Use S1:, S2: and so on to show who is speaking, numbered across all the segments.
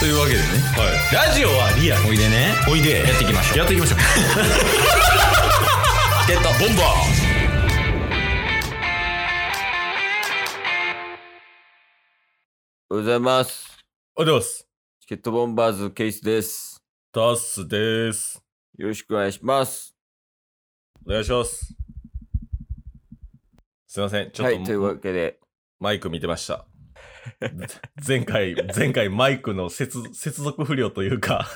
S1: というわけでね
S2: はい。ラジオはリアル。
S1: おいでね
S2: おいで。
S1: やっていきましょう
S2: やって いきましょう。
S1: ゲットボンバ
S3: おはようございます。
S2: おはようございます。
S3: チケットボンバーズケイスです。
S2: ダッスです。
S3: よろしくお願いします。
S2: お願いします。すいません。ちょ
S3: は
S2: っ
S3: い、という
S2: と、
S3: わけで、
S2: マイク見てました。 前回、前回マイクの接接続不良というか、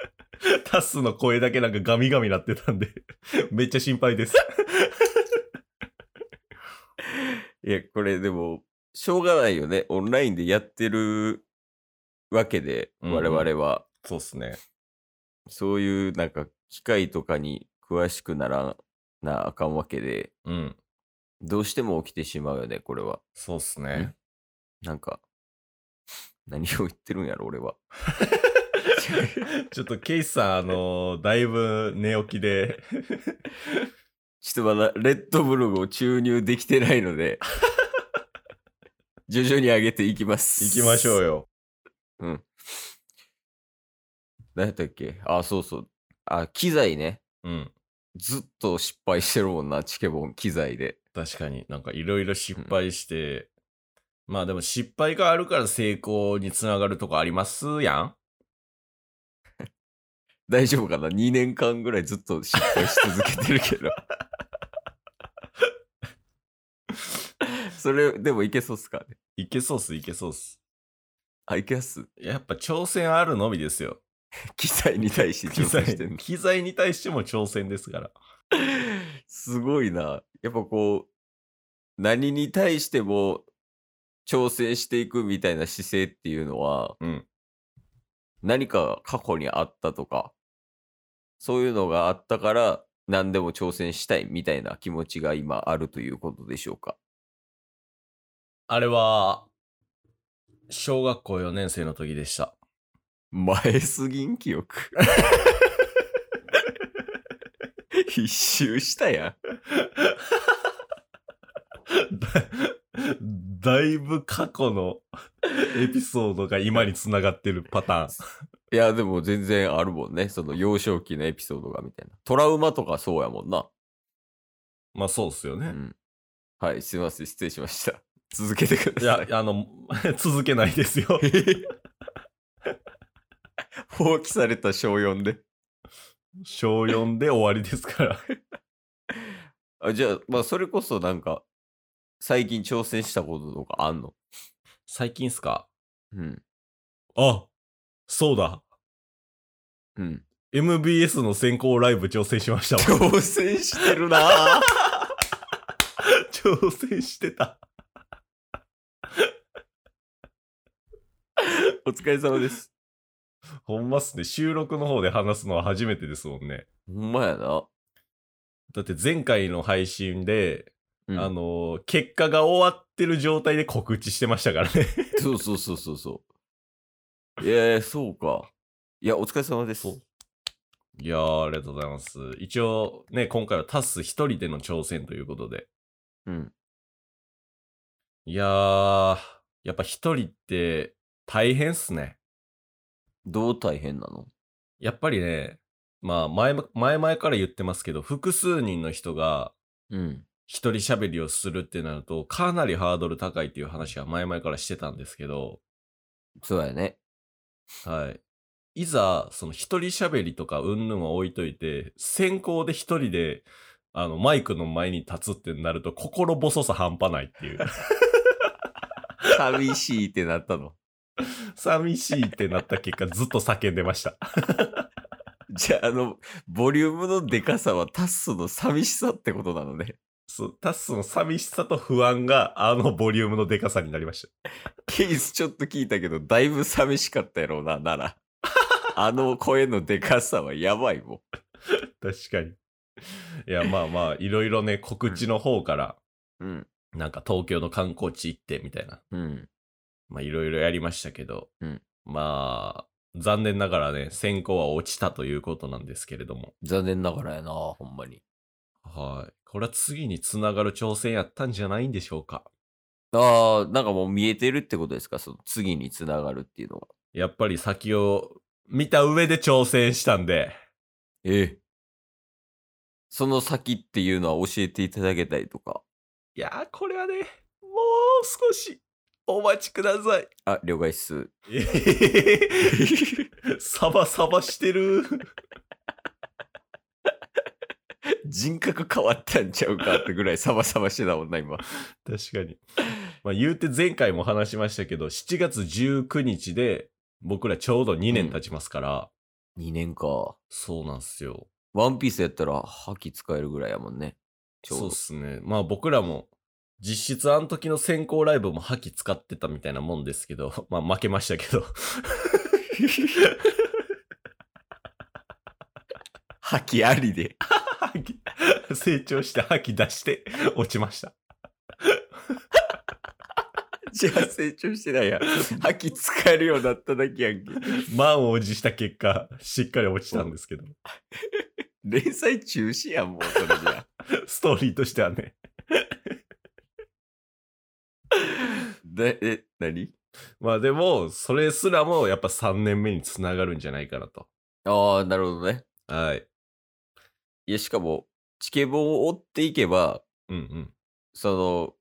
S2: タッスの声だけなんかガミガミなってたんで、めっちゃ心配です。
S3: いや、これでも、しょうがないよね。オンラインでやってるわけで、
S2: うん
S3: 我々は、
S2: そうっすね。
S3: そういうなんか機械とかに詳しくならなあかんわけで、
S2: うん。
S3: どうしても起きてしまうよね、これは。
S2: そうっすね。
S3: なんか、何を言ってるんやろ、俺 は。
S2: ちょっとケイスさん、あのだいぶ寝起き で、
S3: ちょっとまだレッドブルを注入できてない ので、徐々に上げていきます。
S2: 行きましょうよ。
S3: うん。何やったっけあ、そうそう。あ、機材ね。
S2: うん。
S3: ずっと失敗してるもんな、チケボン、機材で。
S2: 確かになんかいろいろ失敗して、まあでも失敗があるから成功につながるとこありますやん。
S3: 大丈夫かな ?2 年間ぐらいずっと失敗し続けてるけ ど。それでもいけそうっすかね。
S2: いけそうっす、いけそうっす。
S3: あ、いけやす。
S2: やっぱ挑戦あるのみですよ。
S3: 機材に対して
S2: 機
S3: 挑戦
S2: 材
S3: してんの。
S2: 機材に対しても挑戦ですから。
S3: すごいな。やっぱこう、何に対しても挑戦していくみたいな姿勢っていうのは、
S2: うん
S3: 何か過去にあったとか、そういうのがあったから、何でも挑戦したいみたいな気持ちが今あるということでしょうか。
S2: あれは、小学校4年生の時でした。
S3: 前すぎん記憶。 一周したや ん。
S2: だだいぶ過去のエピソードが今につながってるパターン。
S3: いや、でも全然あるもんね。その幼少期のエピソードがみたいな。トラウマとかそうやもんな。
S2: まあそうっすよ
S3: う
S2: ね。
S3: ん。はい、すいません。失礼しました。 続けてく
S2: い
S3: ださ
S2: や
S3: い。、
S2: あの、 続けないですよ。
S3: 放棄された小4で。
S2: 小4で終わりですから。
S3: あじゃあ、まあ、それこそなんか、最近挑戦したこととかあんの
S2: 最近っすか
S3: うん。
S2: あ、そうだ。
S3: うん。
S2: MBS の先行ライブ挑戦しましたわ。
S3: 挑戦してるなぁ
S2: 挑戦してた。
S3: お疲れ様です。
S2: ほんまっすね。収録の方で話すのは初めてですもんね。
S3: ほんまやな。
S2: だって前回の配信で、
S3: うん
S2: あのー、結果が終わってる状態で告知してましたからね。
S3: そうそうそうそうそう。えー、そうか。いや、お疲れ様です。
S2: そういやー、ありがとうございます。一応ね、今回はタス一人での挑戦ということで。
S3: うん。
S2: いやー、やっぱ一人って大変っすね。
S3: どう大変なの
S2: やっぱりね、まあ前も、前々から言ってますけど、複数人の人が
S3: うん。
S2: 一人喋りをするってなると、かなりハードル高いっていう話は前々からしてたんですけど、
S3: そうやね。
S2: はい。いざ、その一人喋りとかうんぬんは置いといて、先行で一人で、あの、マイクの前に立つってなると、心細さ半端ないっていう。
S3: 寂しいってなったの。
S2: 寂しいってなった結果、ずっと叫んでました。
S3: じゃあ、あの、ボリュームのでかさはタッスの寂しさってことなのね。
S2: そう、タスの寂しさと不安が、あのボリュームのでかさになりました。
S3: ケースちょっと聞いたけど、だいぶ寂しかったやろうな、なら。あの声のでかさはやばいもん。
S2: 確かに。いや、まあまあ、いろいろね、告知の方から、
S3: うん、
S2: なんか東京の観光地行ってみたいな、
S3: うん、
S2: まあいろいろやりましたけど、
S3: うん
S2: まあ、残念ながらね、選考は落ちたということなんですけれども、
S3: 残念ながらやな、ほんまに。
S2: はい。これは次につながる挑戦やったんじゃないんでしょうか。
S3: ああ、なんかもう見えてるってことですか、その次につながるっていうのは。
S2: やっぱり先を見た上で挑戦したんで、
S3: ええ。その先っていうのは教えていただけたりとか。
S2: いやー、これはね、もう少しお待ちください。
S3: あ、了解っす。
S2: えへへへサバサバしてる。
S3: 人格変わったんちゃうかってぐらいサバサバしてたもんな、今。
S2: 確かに。まあ言うて前回も話しましたけど、7月19日で僕らちょうど2年経ちますから、
S3: 2年か。
S2: そうなんすよ。
S3: ワンピースやったら、覇気使えるぐらいやもんね。ちょう
S2: そう
S3: ど
S2: っ。すね。まあ僕らも、実質あの時の先行ライブも覇気使ってたみたいなもんですけど、 まあ負けましたけど。
S3: 覇気ありで。
S2: 覇気成長して覇気出して落ちました。
S3: じゃあ成長してないやん。覇気使えるようになっただけやんけ。
S2: 満を持した結果、しっかり落ちたんですけど、
S3: 連載中止やん、もう、それじゃ。
S2: ストーリーとしてはね。
S3: で、え、何
S2: まあでも、それすらもやっぱ3年目につながるんじゃないかなと。
S3: ああ、なるほどね。
S2: はい。
S3: いや、しかも、チケボンを追っていけば、
S2: うんうん。
S3: その、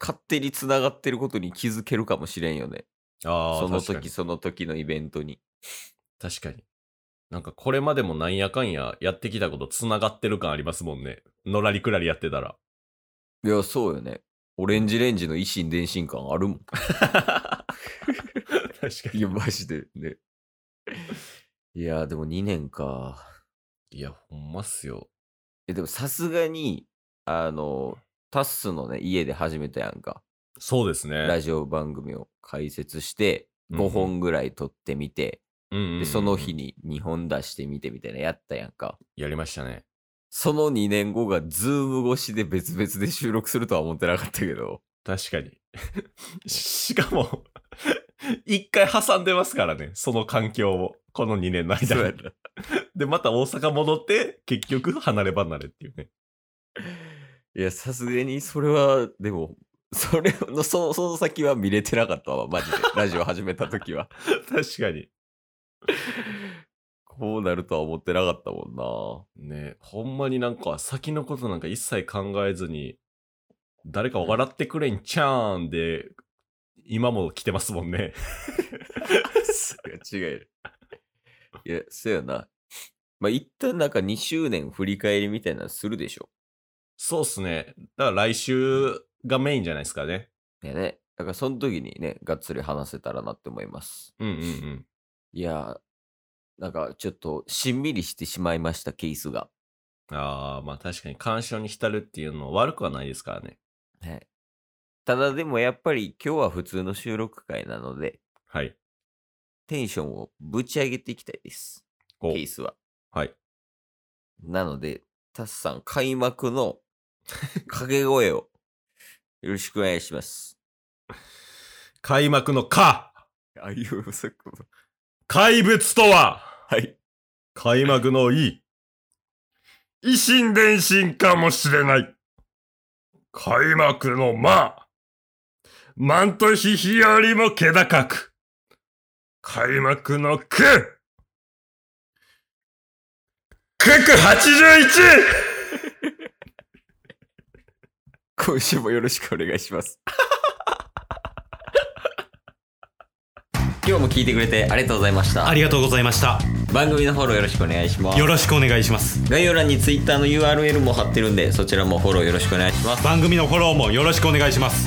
S3: 勝手に繋がってることに気づけるかもしれんよね。
S2: ああ、
S3: その
S2: 確かに
S3: 時その時のイベントに。
S2: 確かに。なんかこれまでもなんやかんややってきたこと繋がってる感ありますもんね。のらりくらりやってたら。
S3: いや、そうよね。オレンジレンジの維心伝心感あるもん。
S2: 確か
S3: い
S2: に。
S3: や、マジでね。いや、でも2年か。
S2: いや、ほんまっすよ。
S3: え、でもさすがに、あの、タッスのね、家で始めたやんか。
S2: そうですね。
S3: ラジオ番組を解説して、5本ぐらい撮ってみて、
S2: うんうんうんうん
S3: で、その日。に2本出してみてみたいなやったやんか。
S2: やりましたね。
S3: その2年後がズーム越しで別々で収録するとは思ってなかった けど。
S2: 確かに。しかも、一回挟んでますからね。その環境を。この2年の間
S3: そうや
S2: に。
S3: な
S2: で、また大阪戻って、結局離れ離れっていうね。
S3: いや、さすがにそれは、でも、それの、その、その先は見れてなかったわ、マジで。ラジオ始めた時は。
S2: 確かに。
S3: こうなるとは思ってなかったもんな。
S2: ねほんまになんか先のことなんか一切考えずに、誰か笑ってくれんちゃーんで、今も来てますもんね。
S3: 違う。いや、そうやな。まあ、一旦なんか2周年振り返りみたいなのするでしょ。
S2: そうっすね。だから来週がメインじゃないですかね。
S3: いやね。だからその時にね、がっつり話せたらなって思います。
S2: うんうんうん。
S3: いやー、なんかちょっとしんみりしてしまいました、ケースが。
S2: ああ、まあ確かに干渉に浸るっていうのは悪くはないですからね。
S3: はい。ただでもやっぱり今日は普通の収録回なので、
S2: はい。
S3: テンションをぶち上げていきたいです。ケ
S2: こ
S3: ースは。
S2: う。はい。
S3: なので、タスさん、開幕 の掛け声をよろしくお願いします。
S2: 開幕のか
S3: あいうえお作文。
S2: 怪物とは
S3: はい。
S2: 開幕のいい。維新伝心かもしれない。開幕のま。マントヒヒよりも気高く。開幕のく。くく 81!
S3: 今週もよろしくお願いします。 今日も聞いてくれてありがとうございました
S1: あ。りがとうございました。
S3: 番組のフォローよろしくお願いします
S1: よ。ろしくお願いします。
S3: 概要欄に Twitter の URL も貼ってるんで、そちらもフォローよろしくお願いします。
S1: 番組のフォローもよろしくお願いします。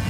S1: す